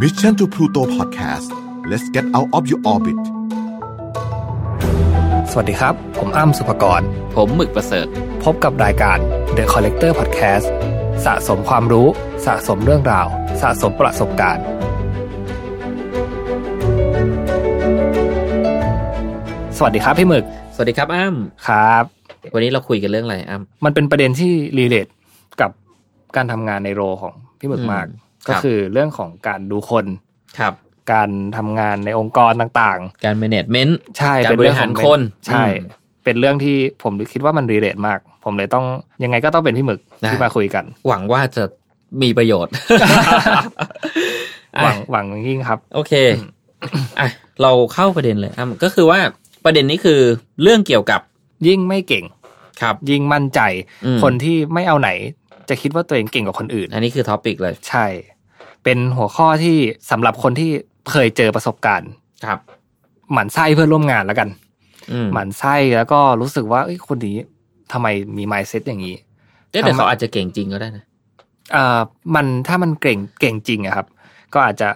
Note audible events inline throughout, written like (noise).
Mission to Pluto Podcast let's get out of your orbit สวัสดีครับ ผมอ้ำสุภกร ผมหมึกประเสริฐ พบกับรายการ The Collector Podcast สะสมความรู้ สะสมเรื่องราว สะสมประสบการณ์ สวัสดีครับพี่หมึก สวัสดีครับอ้ำ ครับ วันนี้เราคุยกันเรื่องอะไรอ้ำ มันเป็นประเด็นที่รีเลทกับการทำงานในโรของพี่หมึกมาก อืมครับ ก็คือเรื่องของการดูคน ครับ การทำงานในองค์กรต่าง การ management ๆ ใช่ การ เป็น บริ เรื่อง หาร ของ คน ใช่ อืม เป็นเรื่องที่ผมคิดว่ามันรีเลทมาก ผมเลยต้องยังไงก็ต้องเป็นพี่หมึก ได้ ที่มาคุยกัน หวังว่าจะมีประโยชน์ หวัง อ่ะ หวังยิ่งครับ โอเคอ่ะเราเข้าประเด็นเลยอ้ำก็คือว่าประเด็นนี้คือเรื่องเกี่ยวกับ ยิ่งไม่เก่ง ครับ ยิ่งมั่นใจ อืม คนที่ไม่เอาไหน จะคิดว่าตัวเองเก่งกว่าคนอื่น อันนี้คือท็อปิกเลย ใช่ เป็นหัวข้อที่สำหรับคนที่เคยเจอประสบการณ์ ครับ หมั่นไส้เพื่อนร่วมงานแล้วกัน อืม หมั่นไส้แล้วก็รู้สึกว่าเอ้ยคนนี้ทำไมมี mindset อย่างนี้ เอ๊ะแต่เขาอาจจะเก่งจริงก็ได้นะ เอ่อมันถ้ามันเก่งเก่งจริงอะครับ ก็อาจจะ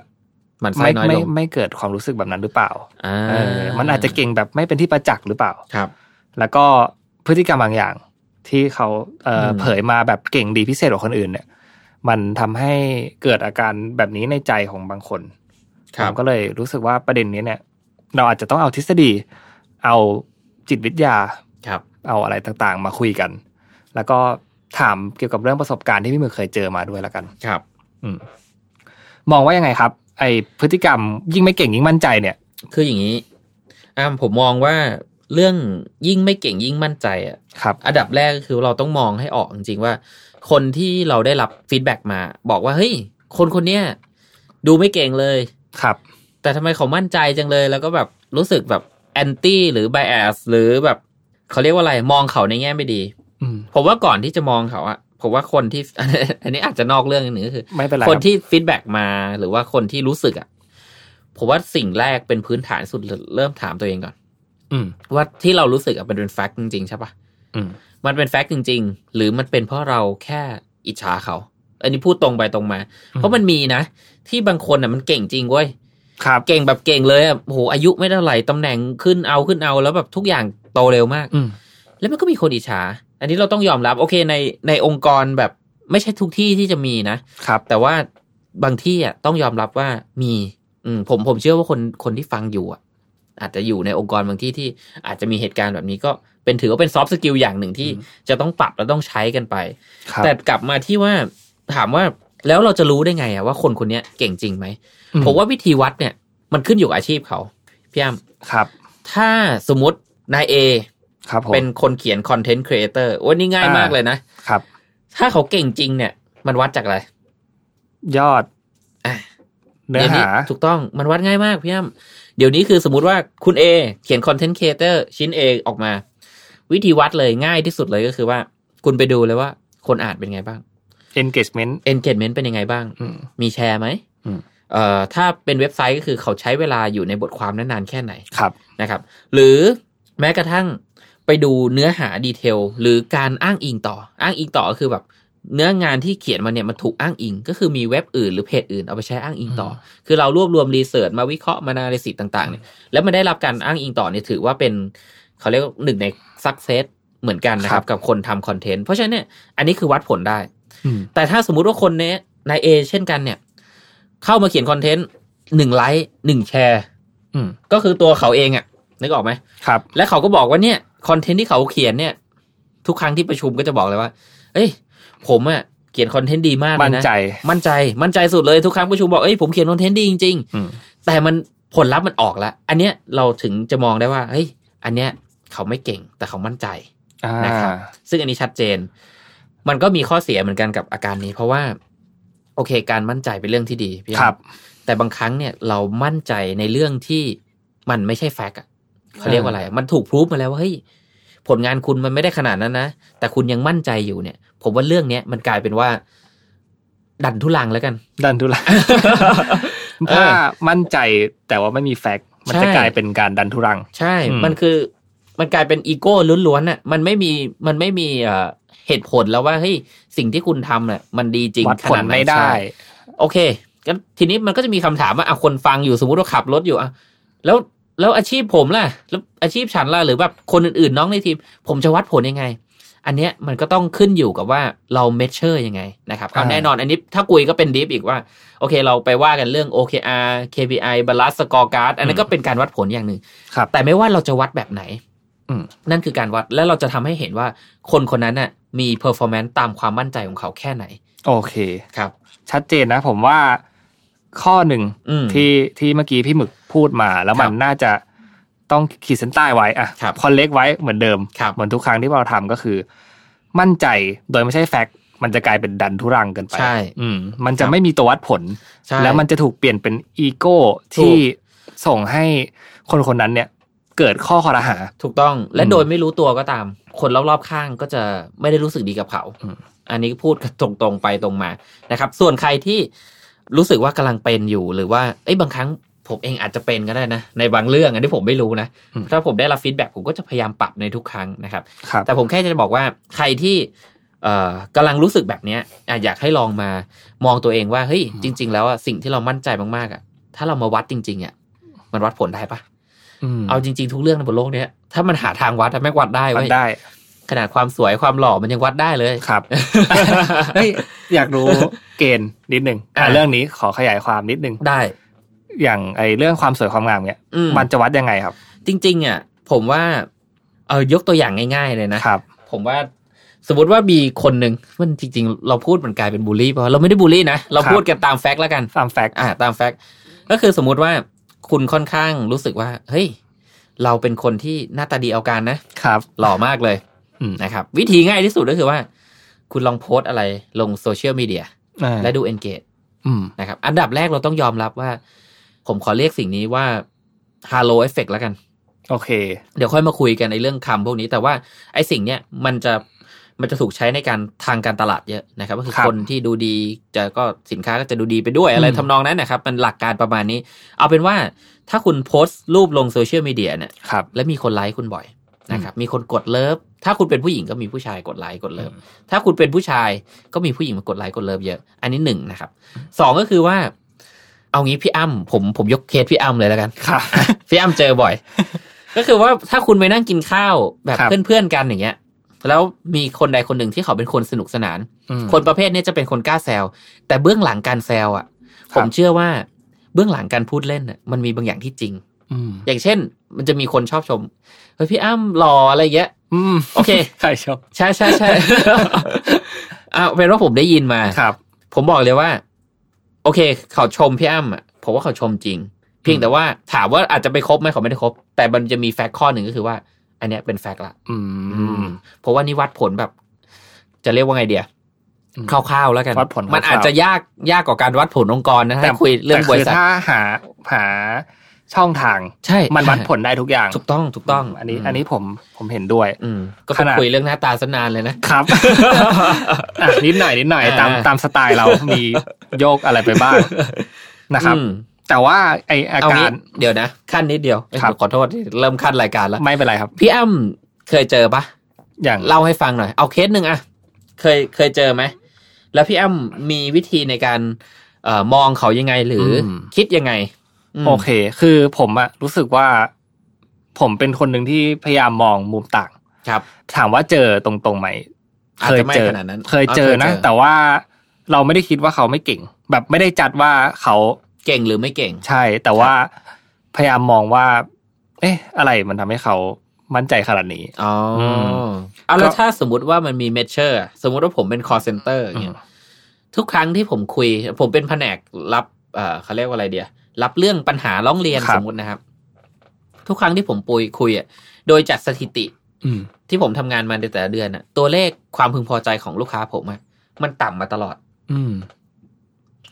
หมันไส้ ไม่ น้อย ไม่ ลง ไม่เกิดความรู้สึกแบบนั้นหรือเปล่า อ่า เออมันอาจจะเก่งแบบไม่เป็นที่ประจักษ์หรือเปล่า ครับ แล้วก็พฤติกรรมบางอย่างที่เขาเอ่ออ ม เผยมาแบบเก่งดีพิเศษกว่าคนอื่นเนี่ย มันทำให้เกิดอาการแบบนี้ในใจของบางคน ครับ ผมก็เลยรู้สึกว่าประเด็นนี้เนี่ย เราอาจจะต้องเอาทฤษฎี เอาจิตวิทยา ครับ เอาอะไรต่างๆ มาคุยกัน แล้วก็ถามเกี่ยวกับเรื่องประสบการณ์ที่พี่มือเคยเจอมาด้วยแล้วกัน ครับ อืมมองว่ายังไงครับ ไอพฤติกรรมยิ่งไม่เก่งยิ่งมั่นใจเนี่ย คืออย่างนี้อ้ำผมมองว่าเรื่องยิ่งไม่เก่งยิ่งมั่นใจอ่ะ ครับ อันดับแรกก็คือเราต้องมองให้ออกจริงๆว่า คนที่เราได้รับฟีดแบ็กมา บอกว่าเฮ้ยคนคนเนี้ยดูไม่เก่งเลย ครับ แต่ทำไมเขามั่นใจจังเลย แล้วก็แบบรู้สึกแบบแอนตี้หรือไบแอสหรือแบบเขาเรียกว่าอะไรมองเขาในแง่ไม่ดี อืม ผมว่าก่อนที่จะมองเขาอะผมว่าคนที่ (laughs) อันนี้อาจจะนอกเรื่องนิดหนึ่งก็คือ ไม่เป็นไร คน รับ ที่ฟีดแบ็กมาหรือว่าคนที่รู้สึกอะผมว่าสิ่งแรกเป็นพื้นฐานสุดเริ่มถามตัวเองก่อน อืม ว่าที่เรารู้สึกอะมันเป็นแฟกต์จริงๆใช่ปะ อืม มันเป็นแฟกต์จริง ๆ หรือมันเป็นเพราะเราแค่อิจฉาเขา อันนี้พูดตรงไปตรงมา อืม เพราะมันมีนะ ที่บางคนอ่ะมันเก่งจริงเว้ย ครับ เก่งแบบเก่งเลยอ่ะโอ้โหอายุไม่เท่าไหร่ตำแหน่งขึ้นเอาขึ้นเอาแล้วแบบทุกอย่างโตเร็วมาก อืม แล้วมันก็มีคนอิจฉา อันนี้เราต้องยอมรับ โอเคในในองค์กรแบบไม่ใช่ทุกที่ที่จะมีนะ ครับ แต่ว่าบางที่อ่ะต้องยอมรับว่ามีอืมผมผมเชื่อว่าคนคนที่ฟังอยู่อ่ะ อาจจะอยู่ในองค์กรบางที่ที่อาจจะมีเหตุการณ์แบบนี้ก็เป็นถือว่าเป็นซอฟต์สกิลอย่างหนึ่งที่จะต้องปรับและต้องใช้กันไป ครับ แต่กลับมาที่ว่าถามว่าแล้วเราจะรู้ได้ไงอ่ะว่าคนคนเนี้ยเก่งจริงไหม อื ผมว่าวิธีวัดเนี่ยมันขึ้นอยู่กับอาชีพเขาพี่อ้ำ ครับ ถ้าสมมตินายเอ ครับผม เป็นคนเขียนคอนเทนต์ครีเอเตอร์วันนี้ง่ายมากเลยนะ ครับ ถ้าเขาเก่งจริงเนี่ยมันวัดจากอะไร ยอด อ่ะ เนื้อ ดี๋ยว หา ถูกต้องมันวัดง่ายมากพี่อ้ำเดี๋ยวนี้คือสมมติว่าคุณ A เขียนคอนเทนต์ครีเอเตอร์ชิ้น A ออกมา วิธีวัดเลยง่ายที่สุดเลยก็คือว่า คุณไปดูเลยว่าคนอ่านเป็นไงบ้าง engagement engagement เป็นยังไงบ้าง อืม มีแชร์ไหม อืม เอ่อถ้าเป็นเว็บไซต์ก็คือเขาใช้เวลาอยู่ในบทความนั้นนานแค่ไหน ครับ นะครับ หรือแม้กระทั่งไปดูเนื้อหาดีเทลหรือการอ้างอิงต่อ อ้างอิงต่อก็คือแบบ เนื้องานที่เขียนมาเนี่ยมันถูกอ้างอิง ก็คือมีเว็บอื่นหรือเพจอื่นเอาไปใช้อ้างอิงต่ออ คือเรารวบรวมรีเสิร์ชมาวิเคราะห์มานาลิสิตต่างๆเนี่ยแล้วมันได้รับการอ้างอิงต่อเนี่ยถือว่าเป็นเขาเรียกว่าหนึ่งในสักเซสเหมือนกันนะค ครั รับบ กับคนทำคอนเทนต์เพราะฉะนั้นเนี่ยอันนี้คือวัดผลได้ อืม แต่ถ้าสมมุติว่าคนเนี้ยนายเอเช่นกันเนี่ย เข้ามาเขียนคอนเทนต์หนึ่งไลค์หนึ่งแชร์ อืม ก็คือตัวเขาเองอะนึกออกไหม ครับ และเขาก็บอกว่าเนี่ยคอนเทนต์ที่เขาเขียนเนี่ย ทุกครั้งที่ประชุมก็จะบอกเลยว่า เอ้ย ผมอะเขียนคอนเทนต์ดีมากเลย มั่น นะ ใจ มั่นใจ มั่นใจสุดเลยทุกครั้งประชุมบอก เอ้ยผมเขียนคอนเทนต์ดีจริง อืม ๆ แต่มันผลลัพธ์มันออกแล้ว อันเนี้ยเราถึงจะมองได้ว่า เฮ้ย อันเนี้ยเขาไม่เก่งแต่เขามั่นใจ อ่า นะครับ ซึ่งอันนี้ชัดเจน มันก็มีข้อเสียเหมือนกันกับอาการนี้ เพราะว่า โอเค การมั่นใจเป็นเรื่องที่ดีพี่ ครับ แต่บางครั้งเนี่ยเรามั่นใจในเรื่องที่มันไม่ใช่แฟกต์อะเขาเรียกว่าอะไร มันถูกพรูฟมาแล้วว่าเฮ้ยผลงานคุณมันไม่ได้ขนาดนั้นนะ แต่คุณยังมั่นใจอยู่เนี่ย ผมว่าเรื่องเนี้ยมันกลายเป็นว่า ดันทุลังแล้วกัน ดันทุลัง เออ ถ้ามั่นใจแต่ว่าไม่มีแฟกต์มันจะ ใช่ กลายเป็นการดันทุรัง ใช่ อืม มันคือ มันกลายเป็นอีโก้ล้วนๆน่ะ มันไม่มี มันไม่มีเอ่อเหตุผลแล้วว่าเฮ้ยสิ่งที่คุณทำน่ะมันดีจริง วัด ข ผล นาดหน ไม่ได้ ใช่โอเค ก็ทีนี้มันก็จะมีคำถามว่าอ่ะคนฟังอยู่สมมติว่าขับรถอยู่อ่ะแล้วแล้วอาชีพผมล่ะ แล้วอาชีพฉันล่ะหรือแบบคนอื่นๆน้องในทีม ผมจะวัดผลยังไง อันเนี้ยมันก็ต้องขึ้นอยู่กับว่าเราเมชเชอร์ยังไงนะครับเอา อ่า แน่นอนอันนี้ถ้ากุยก็เป็นดิฟอีกว่า โอเค เราไปว่ากันเรื่อง OKR KPI Balance Scorecard อันนั้นก็เป็นการวัดผลอย่างหนึ่ง ครับ แต่ไม่ว่าเราจะวัดแบบไหน อืม นั่นคือการวัดและเราจะทำให้เห็นว่าคนคนนั้นน่ะมี performance ตามความมั่นใจของเขาแค่ไหน โอเค ครับ ชัดเจนนะ ผมว่าข้อหนึ่ง อืม ที่ที่เมื่อกี้พี่หมึกพูดมา แล้วมัน ครับ น่าจะต้องขีดเส้นใต้ไว้อะ ครับ คอนเล็กไว้เหมือนเดิม ครับ เหมือนทุกครั้งที่เราทำก็คือ มั่นใจโดยไม่ใช่แฟกต์มันจะกลายเป็นดันทุรังเกินไป ใช่ อืมมันจะ ครับ ไม่มีตัววัดผล ใช่ แล้วมันจะถูกเปลี่ยนเป็นอีโก้ที่ ถู ส่งให้คนคนนั้นเนี่ย เกิดข้อคอรหา ถูกต้องและ อืม โดยไม่รู้ตัวก็ตาม คนรอบๆข้างก็จะไม่ได้รู้สึกดีกับเขา อืม อันนี้พูดกันตรงๆไปตรงมานะครับ ส่วนใครที่รู้สึกว่ากำลังเป็นอยู่หรือว่าเอ้ยบางครั้งผมเองอาจจะเป็นก็ได้นะ ในบางเรื่องอันนี้ผมไม่รู้นะ ถ้าผมได้รับฟีดแบ็ผมก็จะพยายามปรับในทุกครั้งนะครับ ครับ แต่ผมแค่จะบอกว่าใครที่เอ่อกำลังรู้สึกแบบเนี้ยอ่ะอยากให้ลองมามองตัวเองว่าเฮ้ยจริง ๆ แล้วอ่ะสิ่งที่เรามั่นใจมากๆอ่ะถ้าเรามาวัดจริงๆอ่ะมันวัดผลได้ปะ ม เอาจริงๆทุกเรื่องในบนโลกเนี้ยถ้ามันหาทางวัดอะแม่งวัดได้ มั เว้ น ย ได้ ขนาดความสวยความหล่อมันยังวัดได้เลย ครับ (laughs) เฮ้ยอยากรู้เกณฑ์นิดนึงอ่ะ อ่ะ เรื่องนี้ขอขยายความนิดนึง ได้ อย่างไอเรื่องความสวยความงามเนี่ย อืม มันจะวัดยังไงครับ จริงๆอ่ะผมว่าเออยกตัวอย่างง่าย ๆ เลยนะ ครับ ผมว่าสมมติว่ามีคนหนึ่งมันจริง ๆ เราพูดมันกลายเป็นบูลลี่เพราะเราไม่ได้บูลลี่นะ เรา ครับ พูดกันตามแฟกต์แล้วกัน ตามแฟกต์ อ่าตามแฟกต์ก็คือสมมุติว่าคุณค่อนข้างรู้สึกว่า เฮ้ย เราเป็นคนที่หน้าตาดีเอาการนะ ครับ หล่อมากเลย อืม นะครับ วิธีง่ายที่สุดก็คือว่า คุณลองโพสต์อะไรลงโซเชียลมีเดีย อ่า และดูเอนเกจ อืม นะครับอันดับแรกเราต้องยอมรับว่า ผมขอเรียกสิ่งนี้ว่า Halo Effect แล้วกัน โอเค เดี๋ยวค่อยมาคุยกันในเรื่องคำพวกนี้ แต่ว่าไอ้สิ่งเนี้ยมันจะมันจะถูกใช้ในการทางการตลาดเยอะนะครับ ก็คือ ครับ คนที่ดูดีจะก็สินค้าก็จะดูดีไปด้วยอะไร อืม ทำนองนั้นนะครับ มันหลักการประมาณนี้ เอาเป็นว่าถ้าคุณโพสต์รูปลงโซเชียลมีเดียเนี่ย ครับ และมีคนไลค์คุณบ่อยนะครับ มีคนกดเลิฟ ถ้าคุณเป็นผู้หญิงก็มีผู้ชายกดไลค์กดเลิฟ อืม ถ้าคุณเป็นผู้ชายก็มีผู้หญิงมากดไลค์กดเลิฟเยอะ อันนี้หนึ่งนะครับสองก็คือว่า เอางี้พี่อ้ำผมผมยกเคสพี่อ้ำเลยแล้วกัน ครับ พี่อ้ำเจอบ่อย (laughs) ก็คือว่าถ้าคุณไปนั่งกินข้าวแบบ ครับ เพื่อนๆกันอย่างเงี้ย แล้วมีคนใดคนหนึ่งที่เขาเป็นคนสนุกสนาน อืม (laughs) คนประเภทเนี้ยจะเป็นคนกล้าแซว แต่เบื้องหลังการแซวอ่ะ ค ผ รับ มเชื่อว่าเบื้องหลังการพูดเล่นน่ะมันมีบางอย่างที่จริง อืม อย่างเช่น มันจะมีคนชอบชมเฮ้ยพี่อ้ำหล่ออะไรเงี้ย อืม โอเค (laughs) ใครชอบ ใช่ใช่ใช่ (laughs) อ่าเป็นว่าผมได้ยินมา ครับ ผมบอกเลยว่า โอเค เขาชมพี่อ้ำอ่ะผมว่าเขาชมจริง เพียงแต่ว่าถามว่าอาจจะไปครบไหมเขาไม่ได้ครบ แต่มันจะมีแฟกต์ข้อหนึ่งก็คือว่า อันเนี้ยเป็นแฟกต์ละ อืม เพราะว่านี่วัดผลแบบ จะเรียกว่าไงเดีย อืม คร่าวๆแล้วกัน วัดผล มัน คร่าวๆ อาจจะยากยากกว่าการวัดผลองค์กรนะถ้าคุยเรื่อง แต่ บ คื ริษัท ถ้าหาหาช่องทาง ใช่ มันวัดผลได้ทุกอย่าง ถูกต้องถูกต้อง อันนี้ อันนี้ผมผมเห็นด้วย อืมก็ ขนาด คุยเรื่องหน้าตาสนานเลยนะ ครับ อ่ะนิดหน่อยนิดหน่อย อ่า ตามตามสไตล์เรา มีโยกอะไรไปบ้างนะครับ อืม แต่ว่าไออา เอา กา งี้ ร เดี๋ยวนะ ขั้นนิดเดียวเอ้ย ครับ ขอโทษเริ่มขั้นรายการแล้ว ไม่เป็นไรครับ พี่อ้ำเคยเจอปะ อย่าง เล่าให้ฟังหน่อย เอาเคสหนึ่งอะเคยเคยเจอไหม แล้วพี่อ้ำมีวิธีในการเอ่อมองเขายังไงหรืออ ม คิดยังไงม โอเค คือผมอะรู้สึกว่า ผมเป็นคนหนึ่งที่พยายามมองมุมต่าง ครับ ถามว่าเจอตรงๆไหม อาจ เคย จะไม่ เจอ ขนาดนั้น เคยเจอ อ๋อเคยเจ นะ อ แต่ว่าเราไม่ได้คิดว่าเขาไม่เก่ง แบบไม่ได้จัดว่าเขา เก่งหรือไม่เก่ง ใช่ แต่ว่าพยายามมองว่า เอ๊ะ อะไรมันทำให้เขามั่นใจขนาดนี้ อ๋ออ ม เอาแล้ว ก็ ถ้าสมมติว่ามันมีเมเชอร์ สมมติว่าผมเป็น call center อย่างเงี้ยทุกครั้งที่ผมคุย ผมเป็นแผนกรับเอ่อเขาเรียกว่าอะไรเดียรับเรื่องปัญหาร้องเรียน ครั ส บ มมตินะครับ ทุกครั้งที่ผมปุยคุยอ่ะโดยจากสถิติ อืม ที่ผมทำงานมาในแต่ละเดือนอ่ะ ตัวเลขความพึงพอใจของลูกค้าผมอะมันต่ำมาตลอด อืม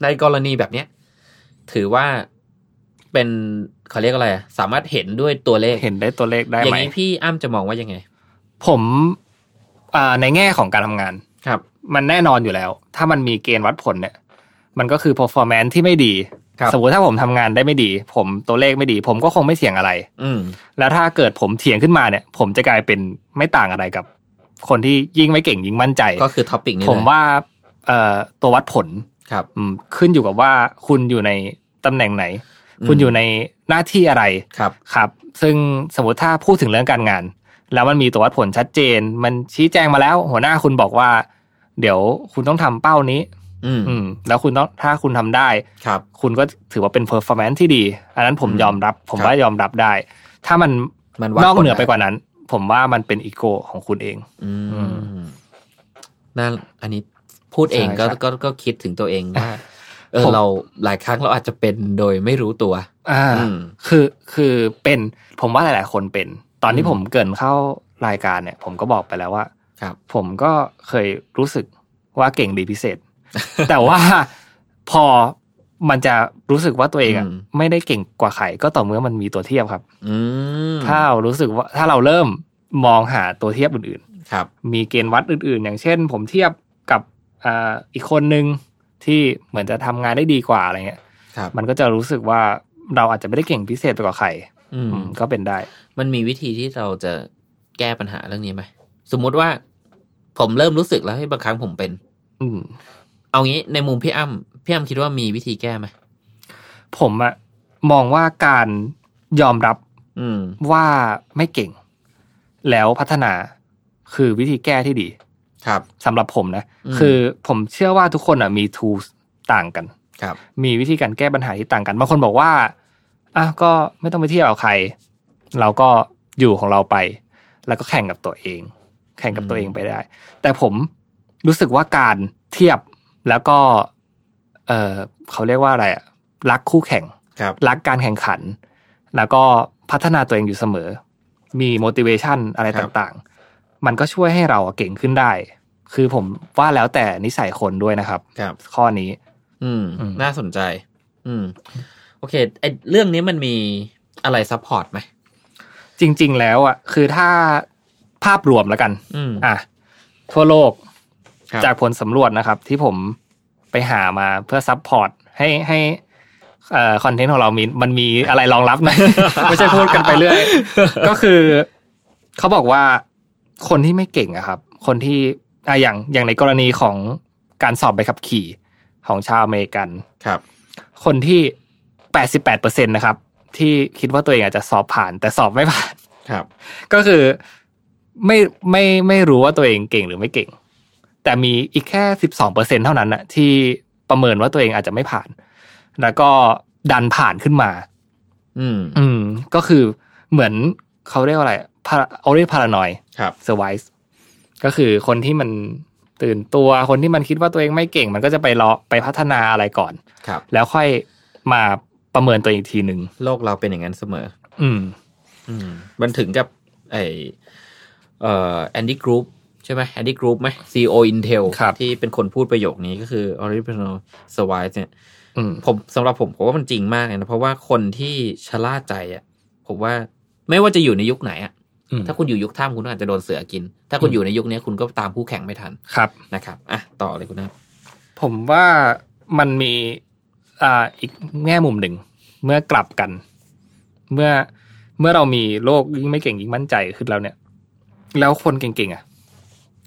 ในกรณีแบบเนี้ย ถือว่าเป็นเขาเรียกอะไรอะสามารถเห็นด้วยตัวเลข เห็นได้ตัวเลขได้ อย่า ไหม งนี้พี่อ้ำจะมองว่ายังไง ผมอ่าในแง่ของการทำงาน ครับ มันแน่นอนอยู่แล้ว ถ้ามันมีเกณฑ์วัดผลเนี่ย มันก็คือ performance ที่ไม่ดี ครับ สมมติถ้าผมทำงานได้ไม่ดี ผมตัวเลขไม่ดี ผมก็คงไม่เถียงอะไร อืม แล้วถ้าเกิดผมเถียงขึ้นมาเนี่ย ผมจะกลายเป็นไม่ต่างอะไรกับ คนที่ยิ่งไม่เก่งยิ่งมั่นใจ ก็คือท็อปิกนี้ ผม เลย ว่าเอ่อตัววัดผล ครับ อืมขึ้นอยู่กับว่าคุณอยู่ในตำแหน่งไหน อืม คุณอยู่ในหน้าที่อะไร ครับ ครับ ซึ่งสมมติถ้าพูดถึงเรื่องการงาน แล้วมันมีตัววัดผลชัดเจน มันชี้แจงมาแล้ว หัวหน้าคุณบอกว่า เดี๋ยวคุณต้องทำเป้านี้ อืม อืม แล้วคุณต้องถ้าคุณทำได้ ครับ คุณก็ถือว่าเป็นเพอร์ฟอร์แมนซ์ที่ดี อันนั้นผม อืม ยอมรับ ผม ครับ ว่ายอมรับได้ ถ้ามัน มันวัด นอกเหนือไป ผลด้ กว่านั้น ผมว่ามันเป็นอีโก้ของคุณเอง อื อื มนั่นอันนี้พูดเอง ใช่ ก็ ครับ ก็ก็คิดถึงตัวเอง (laughs) ว่าเออ ผม เราหลายครั้งเราอาจจะเป็นโดยไม่รู้ตัว อ่า อืม คือคือเป็นผมว่าหลาย ๆ คนเป็น ตอนที่ อืม ผมเกรินเข้ารายการเนี่ย ผมก็บอกไปแล้วว่า ครับ ผมก็เคยรู้สึกว่าเก่งดีพิเศ (laughs) ษ แต่ว่าพอมันจะรู้สึกว่าตัวเองอ่ะ อืม ไม่ได้เก่งกว่าใครก็ต่อเมื่อมันมีตัวเทียบครับ อืม ถ้าเรารู้สึกว่าถ้าเราเริ่มมองหาตัวเทียบอื่น ครับ ๆ มีเกณฑ์วัดอื่น ๆ อย่างเช่น ผมเทียบกับอ่าอีกคนนึงที่เหมือนจะทำงานได้ดีกว่าอะไรเงี้ย ครับ มันก็จะรู้สึกว่าเราอาจจะไม่ได้เก่งพิเศษไปกว่าใคร อืม อืมก็เป็นได้ มันมีวิธีที่เราจะแก้ปัญหาเรื่องนี้ไหม สมมุติว่า ผมเริ่มรู้สึกแล้วให้ยบางครั้งผมเป็น อืม เอางี้ในมุมพี่อ้ำพี่อ้ำคิดว่ามีวิธีแก้ไหม ผมอะมองว่าการยอมรับ อืม ว่าไม่เก่ง แล้วพัฒนาคือวิธีแก้ที่ดี ครับ สำหรับผมนะ อืม คือผมเชื่อว่าทุกคนอะมี tools ต่างกัน ครับ มีวิธีการแก้ปัญหาที่ต่างกันบางคนบอกว่าอ่ะก็ไม่ต้องไปเที่ยวกับใคร เราก็อยู่ของเราไป แล้วก็แข่งกับตัวเอง แข่งกับตัวเองไปได้ แต่ผมรู้สึกว่าการเทียบแล้วก็ เออเขาเรียกว่าอะไรอะรักคู่แข่ง ครับ รักการแข่งขัน แล้วก็พัฒนาตัวเองอยู่เสมอ มี motivation อะไร ครับ ต่างๆ มันก็ช่วยให้เราอะเก่งขึ้นได้ คือผมว่าแล้วแต่นิสัยคนด้วยนะครับ ครับ ข้อนี้ อืม อืม น่าสนใจ อืม โอเคไอเรื่องนี้มันมีอะไรซัพพอร์ตไหม จริง ๆ แล้วอ่ะคือถ้าภาพรวมแล้วกัน อืม อ่ะทั่วโลก ครับ จากผลสำรวจนะครับ ที่ผมไปหามาเพื่อซัพพอร์ตให้ให้เอ่อคอนเทนต์ของเรามีมันมีอะไรรองรับนะ (laughs) ไม่ใช่พูดกันไปเรื่อย ก็คือเขาบอกว่าคนที่ไม่เก่งอะครับ คนที่อ่ะอย่างอย่างในกรณีของการสอบใบขับขี่ของชาวอเมริกัน ครับ คนที่แปดสิบแปดเปอร์เซ็นนะครับ ที่คิดว่าตัวเองอาจจะสอบผ่าน แต่สอบไม่ผ่าน ครับ ก็คือไม่ไม่ไม่รู้ว่าตัวเองเก่งหรือไม่เก่ง แต่มีอีกแค่สิบสองเปอร์เซ็นเท่านั้นนะที่ประเมินว่าตัวเองอาจจะไม่ผ่าน แล้วก็ดันผ่านขึ้นมา อืม อืม ก็คือเหมือนเขาเรียกว่าอะไรพาเอาเรียกพารานอย ครับ เซอร์ไวส์ก็คือคนที่มันตื่นตัวคนที่มันคิดว่าตัวเองไม่เก่ง มันก็จะไปรอไปพัฒนาอะไรก่อน ครับ แล้วค่อยมาประเมินตัวเองอีกทีหนึ่ง โลกเราเป็นอย่างนั้นเสมอ อืม อืม มันถึงกับ ไอเอ่อแอนดี้กรุ๊ปใช่ไหมแอนดี้กรุ๊ปไหม CEO Intel ครับ ที่เป็นคนพูดประโยคนี้ก็คือ original survive เนี่ย อืม ผมสำหรับผมผมว่ามันจริงมากเลยนะ เพราะว่าคนที่ชะล่าใจอ่ะผมว่าไม่ว่าจะอยู่ในยุคไหนอ่ะ อืม ถ้าคุณอยู่ยุคท่ามคุณก็อาจจะโดนเสือกิน ถ้าคุณอยู่ในยุคเนี้ยคุณก็ตามคู่แข่งไม่ทัน ครับ นะครับอ่ะต่อเลยคุณนะ ผมว่ามันมีอ่าอีกแง่มุมหนึ่ง เมื่อกลับกัน เมื่อเมื่อเรามีโลกยิ่งไม่เก่งยิ่งมั่นใจขึ้นแล้วเนี่ย แล้วคนเก่งๆอ่ะ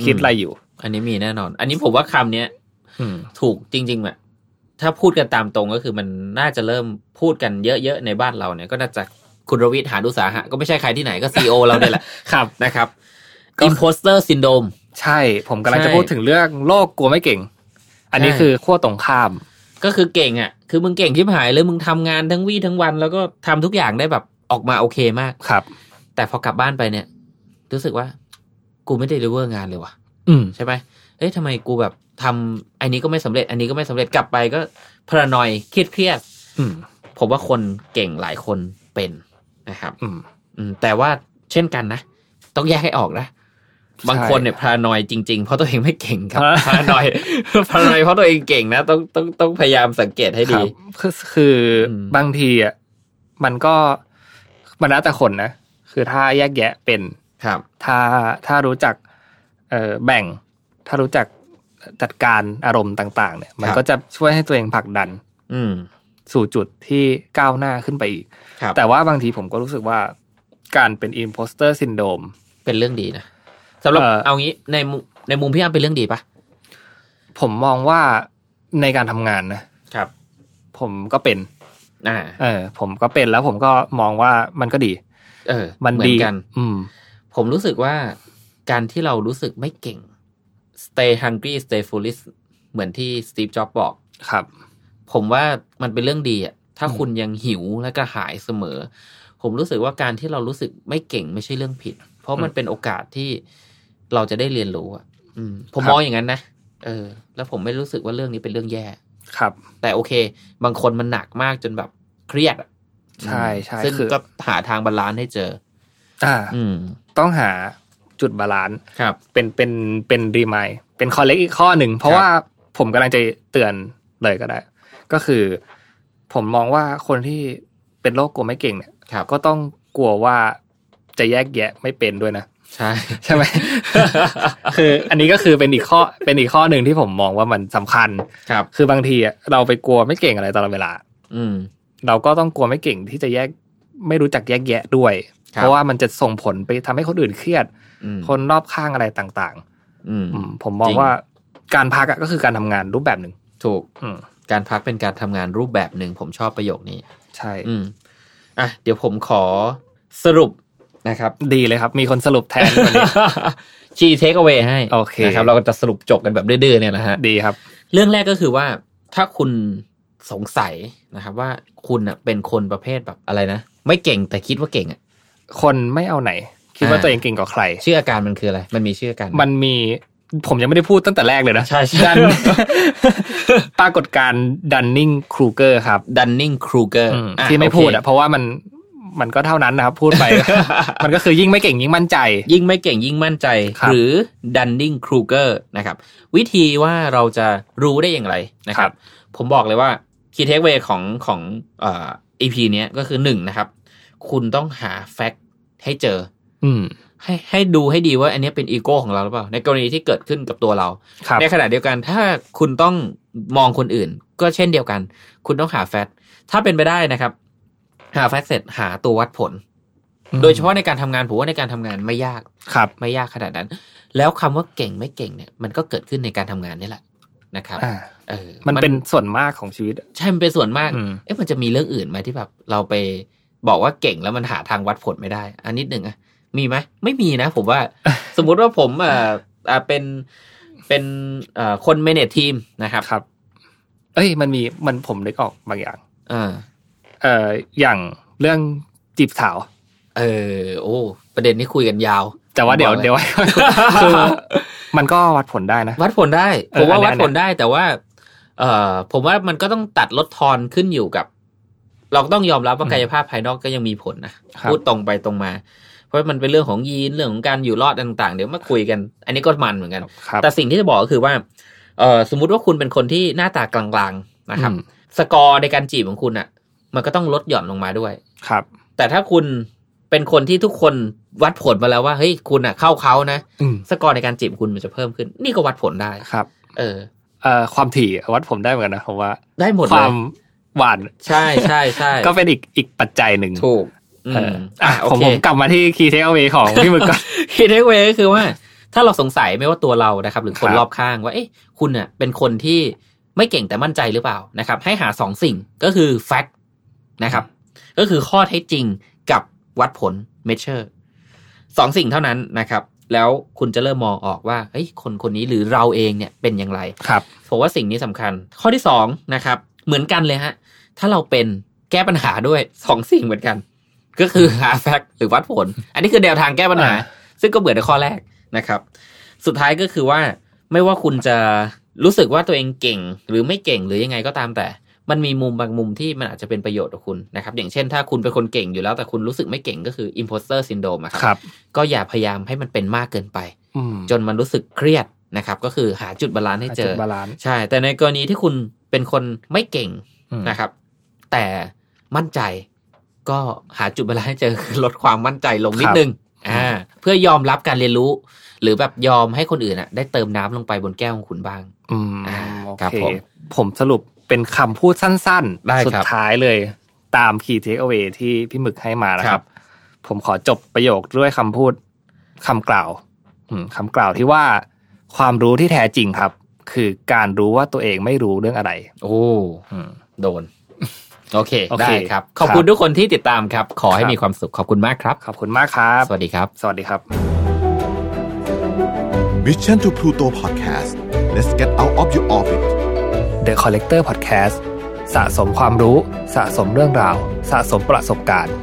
คิดอะไรอยู่ อันนี้มีแน่นอน อันนี้ผมว่าคำเนี้ย อืม ถูกจริงๆแบบถ้าพูดกันตามตรงก็คือมันน่าจะเริ่มพูดกันเยอะๆในบ้านเราเนี่ย ก็น่าจะคุณรวิทย์หาดุสาหะก็ไม่ใช่ใครที่ไหนก็ซีอเราเนี่ยแหละ (laughs) ครับ นะครับ ก็ imposter syndrome ใช่ ผมกำลัง ใช่ จะพูดถึงเรื่องโลกกลัวไม่เก่ง อันนี้ ใช่ คือขั้วตรงข้าม ก็คือเก่งอ่ะ คือมึงเก่งชิบหายเลยมึงทำงานทั้งวี่ทั้งวัน แล้วก็ทำทุกอย่างได้แบบออกมาโอเคมาก ครับ แต่พอกลับบ้านไปเนี่ย รู้สึกว่า กูไม่ได้เลเวอร์งานเลยว่ะ อืม ใช่ไหมเอ้ยทำไมกูแบบทำอันนี้ก็ไม่สำเร็จ อันนี้ก็ไม่สำเร็จกลับไปก็พรานอยเครียดเครียด อืม ๆผมว่าคนเก่งหลายคนเป็นนะครับ อืม อืมแต่ว่าเช่นกันนะ ต้องแยกให้ออกนะ บางคนเนี่ยพรานอยจริงๆ เพราะตัวเองไม่เก่งครับ พรานอย (laughs) พรานอยเพราะตัวเองเก่งนะต้องต้องต้องพยายามสังเกตให้ดี ครับคือคืออ ม บางทีอ่ะมันก็มันแล้วแต่คนนะ คือถ้าแยกแยะเป็น ครับ ถ้าถ้ารู้จักเอ่อแบ่ง ถ้ารู้จักจัดการอารมณ์ต่างๆ เนี่ย มัน ครับ ก็จะช่วยให้ตัวเองผลักดัน อืม สู่จุดที่ก้าวหน้าขึ้นไปอีก ครับ แต่ว่าบางทีผมก็รู้สึกว่าการเป็น imposter syndrome เป็นเรื่องดีนะสำหรับ เอ่อ เอางี้ในมุมในมุมพี่อ้ำเป็นเรื่องดีปะ ผมมองว่า ในการทำงานนะครับ ผมก็เป็น อ่า เออ ผมก็เป็นแล้วผมก็มองว่ามันก็ดี เออ มัน เหมือ ดี นกัน อืม ผมรู้สึกว่าการที่เรารู้สึกไม่เก่ง stay hungry stay foolish เหมือนที่สตีฟจ็อบบอก ครับ ผมว่ามันเป็นเรื่องดีอะถ้า อืม คุณยังหิวและกระหายเสมอ ผมรู้สึกว่าการที่เรารู้สึกไม่เก่งไม่ใช่เรื่องผิด เพราะมันเป็นโอกาสที่เราจะได้เรียนรู้อะอืมผมมองอย่างนั้นนะเออ แล้วผมไม่รู้สึกว่าเรื่องนี้เป็นเรื่องแย่ ครับ แต่โอเค บางคนมันหนักมากจนแบบเครียดอะ ใช่ใช่ ซึ่ง คือ ก็หาทางบาลานซ์ให้เจอ อ่า อืม ต้องหาจุดบาลานซ์ ครับ เป็นเป็นเป็นรีมายเป็นคอเล็กอีกข้อหนึ่ง เพราะ ครับ ว่าผมกำลังจะเตือนเลยก็ได้ ก็คือ ผมมองว่าคนที่เป็นโรคกลัวไม่เก่งเนี่ย ครับ ก็ต้องกลัวว่าจะแยกแยะไม่เป็นด้วยนะ ใช่ ใช่ไหม (laughs) คือ อันนี้ก็คือเป็นอีกข้อเป็นอีกข้อหนึ่งที่ผมมองว่ามันสำคัญ ครับ คือบางทีอะเราไปกลัวไม่เก่งอะไรตลอดเวลา อืม เราก็ต้องกลัวไม่เก่งที่จะแยกไม่รู้จักแยกแยะด้วย ครับ เพราะว่ามันจะส่งผลไปทำให้คนอื่นเครียด อืม คนรอบข้างอะไรต่าง อืม ๆ อืมผมมอ จ ง ริง ว่าการพักอะก็คือการทำงานรูปแบบหนึ่ง ถูก อืม การพักเป็นการทำงานรูปแบบหนึ่งผมชอบประโยคนี้ ใช่ อืมอ่ะเดี๋ยวผมขอสรุปนะครับ ดีเลยครับ มีคนสรุปแทนวัน (laughs) นี้ ชีเทคเอาไว้ให้ โอเค นะครับ เราก็จะสรุปจบกันแบบดื้อๆเนี่ยนะฮะ ดีครับ เรื่องแรกก็คือว่าถ้าคุณสงสัยนะครับ ว่าคุณอ่ะเป็นคนประเภทแบบอะไรนะ ไม่เก่งแต่คิดว่าเก่งอ่ะ คนไม่เอาไหน คิดว่า อ่า ตัวเองเก่งกว่าใคร ชื่ออาการมันคืออะไร มันมีชื่ออาการไห มันมีผมยังไม่ได้พูดตั้งแต่แรกเลยนะ ใช่ใช่ ดัน (laughs) ปรากฏการณ์ดันนิงครูเกอร์ครับ ดันนิงครูเกอร์ อืมที่ไม่พูดอะเพราะว่ามันมันก็เท่านั้นนะครับ พูดไป (laughs) มันก็คือยิ่งไม่เก่งยิ่งมั่นใจ ยิ่งไม่เก่งยิ่งมั่นใจ ครับ หรือดันนิงครูเกอร์นะครับ วิธีว่าเราจะรู้ได้อย่างไรนะครับ ผมบอกเลยว่าคีย์เทคเวของของเอ่อ EP เนี้ยก็คือหนึ่งนะครับ คุณต้องหาแฟกต์ให้เจอ อืม ให้ให้ดูให้ดีว่าอันเนี้ยเป็นอีโก้ของเราหรือเปล่า ในกรณีที่เกิดขึ้นกับตัวเรา ครับ ในขณะเดียวกันถ้าคุณต้องมองคนอื่น ก็เช่นเดียวกัน คุณต้องหาแฟกต์ถ้าเป็นไปได้นะครับ หาแฟกต์เสร็จหาตัววัดผล โดยเฉพาะในการทำงานผมว่าในการทำงานไม่ยาก ครับ ไม่ยากขนาดนั้น แล้วคำว่าเก่งไม่เก่งเนี่ย มันก็เกิดขึ้นในการทำงานนี่แหละนะครับ อ่า เออ มันเป็นส่วนมากของชีวิตอะ ใช่มันเป็นส่วนมาก อืม เอ๊ะมันจะมีเรื่องอื่นไหมที่แบบเราไปบอกว่าเก่งแล้วมันหาทางวัดผลไม่ได้ อันนิดหนึ่งอะมีไหมไม่มีนะ (laughs) ผมว่า สมมุติว่าผมเอ่ออ่าเป็นเป็นเอ่อคนเมเนจทีมนะครับ ครับ เอ้ย มันมีมันผมนึกออกบางอย่าง เออ เอ่ออย่างเรื่องจีบสาว เออ โอ้ ประเด็นนี้คุยกันยาว แต่ว่าเดี๋ยว (laughs) บอกเลย เดี๋ยวไว้ (laughs) คือมันก็วัดผลได้นะ วัดผลได้ เออ ผมว่า อันเนี้ย วัดผลได้แต่ว่า เอ่อ ผมว่ามันก็ต้องตัดลดทอนขึ้นอยู่กับ เราก็ต้องยอมรับว่ากายภาพภายนอกก็ยังมีผลนะ ครับ พูดตรงไปตรงมา เพราะมันเป็นเรื่องของยีนเรื่องของการอยู่รอดต่างๆ เดี๋ยวมาคุยกัน อันนี้ก็มันเหมือนกัน ครับ แต่สิ่งที่จะบอกก็คือว่าเออสมมุติว่าคุณเป็นคนที่หน้าตากลางๆนะครับ อืม สกอร์ในการจีบของคุณอ่ะ มันก็ต้องลดหย่อนลงมาด้วย ครับ แต่ถ้าคุณเป็นคนที่ทุกคนวัดผลมาแล้วว่าเฮ้ยคุณอ่ะเข้าเขานะ อืม สกอร์ในการจีบคุณมันจะเพิ่มขึ้น นี่ก็วัดผลได้ ครับ เออ เอ่อความถี่วัดผมได้เหมือนกันนะผมว่า ได้หมด ค เล วาย มหวาน ใช่ใช่ใช่ ก็เป็นอีกอีกปัจจัยหนึ่ง ถูก เออ ม อ่ะ โอ ผม เค ผมกลับมาที่คีย์เทคเอาไของพี่หมึกก่อน คีย์เทคเวก็คือว่า ถ้าเราสงสัยไม่ว่าตัวเรานะครับ หรือคน ครับ รอบข้างว่า เอ๊ะคุณเน่ะเป็นคนที่ไม่เก่งแต่มั่นใจหรือเปล่านะครับ ให้หาสองสิ่งก็คือแฟกต์นะครับ ก็คือข้อเท็จจริงกับวัดผล measure สองสิ่งเท่านั้นนะครับ แล้วคุณจะเริ่มมองออกว่าเอ้ยคนคนนี้หรือเราเองเนี่ยเป็นอย่างไร ครับ ผมว่าสิ่งนี้สำคัญ ข้อที่สองนะครับ เหมือนกันเลยฮะ ถ้าเราเป็นแก้ปัญหาด้วยสองสิ่งเหมือนกัน ก็คือ (laughs) หาแฟกต์หรือวัดผล อันนี้คือแนวทางแก้ปัญหา อ่า ซึ่งก็เหมือนในข้อแรกนะครับ สุดท้ายก็คือว่าไม่ว่าคุณจะรู้สึกว่าตัวเองเก่ง หรือไม่เก่งหรือยังไงก็ตามแต่ มันมีมุมบางมุมที่มันอาจจะเป็นประโยชน์ต่อคุณนะครับ อย่างเช่นถ้าคุณเป็นคนเก่งอยู่แล้วแต่คุณรู้สึกไม่เก่งก็คือ imposter syndrome อะค ครับ รับ ก็อย่าพยายามให้มันเป็นมากเกินไป อืม จนมันรู้สึกเครียดนะครับ ก็คือหาจุดบาลานซ์ให้เจ จุด อ บาลานซ์ ใช่ แต่ในกรณีที่คุณเป็นคนไม่เก่ง อืม นะครับ แต่มั่นใจก็หาจุดเวลานซ์ให้เจอคือลดความมั่นใจลงนิดนึงอ่าเพื่อยอมรับการเรียนรู้ หรือแบบยอมให้คนอื่นอ่ะ ได้เติมน้ำลงไปบนแก้วของคุณบ้าง อืม อ่า โอ ครับ เค ผม ผมสรุปเป็นคำพูดสั้น ได้คๆรับสุดท้ายเลยตามคีย์เทคเอาไที่พี่หมึกให้มานะค ครั รับ บ ผมขอจบประโยคด้วยคำพูดคำกล่าว อืมคำกล่าวที่ว่าความรู้ที่แท้จริงครับ คือการรู้ว่าตัวเองไม่รู้เรื่องอะไร โอ้ อืม โดน โอเค โอเค ได้ครับ ครับ ขอบคุณทุกคนที่ติดตามครับ ขอให้มีความสุขขอบคุณมากครับ ขอบคุณมากครับ สวัสดีครับ สวัสดีครับ Mission to Pluto Podcast let's get out of your orbit The Collector Podcast สะสมความรู้ สะสมเรื่องราว สะสมประสบการณ์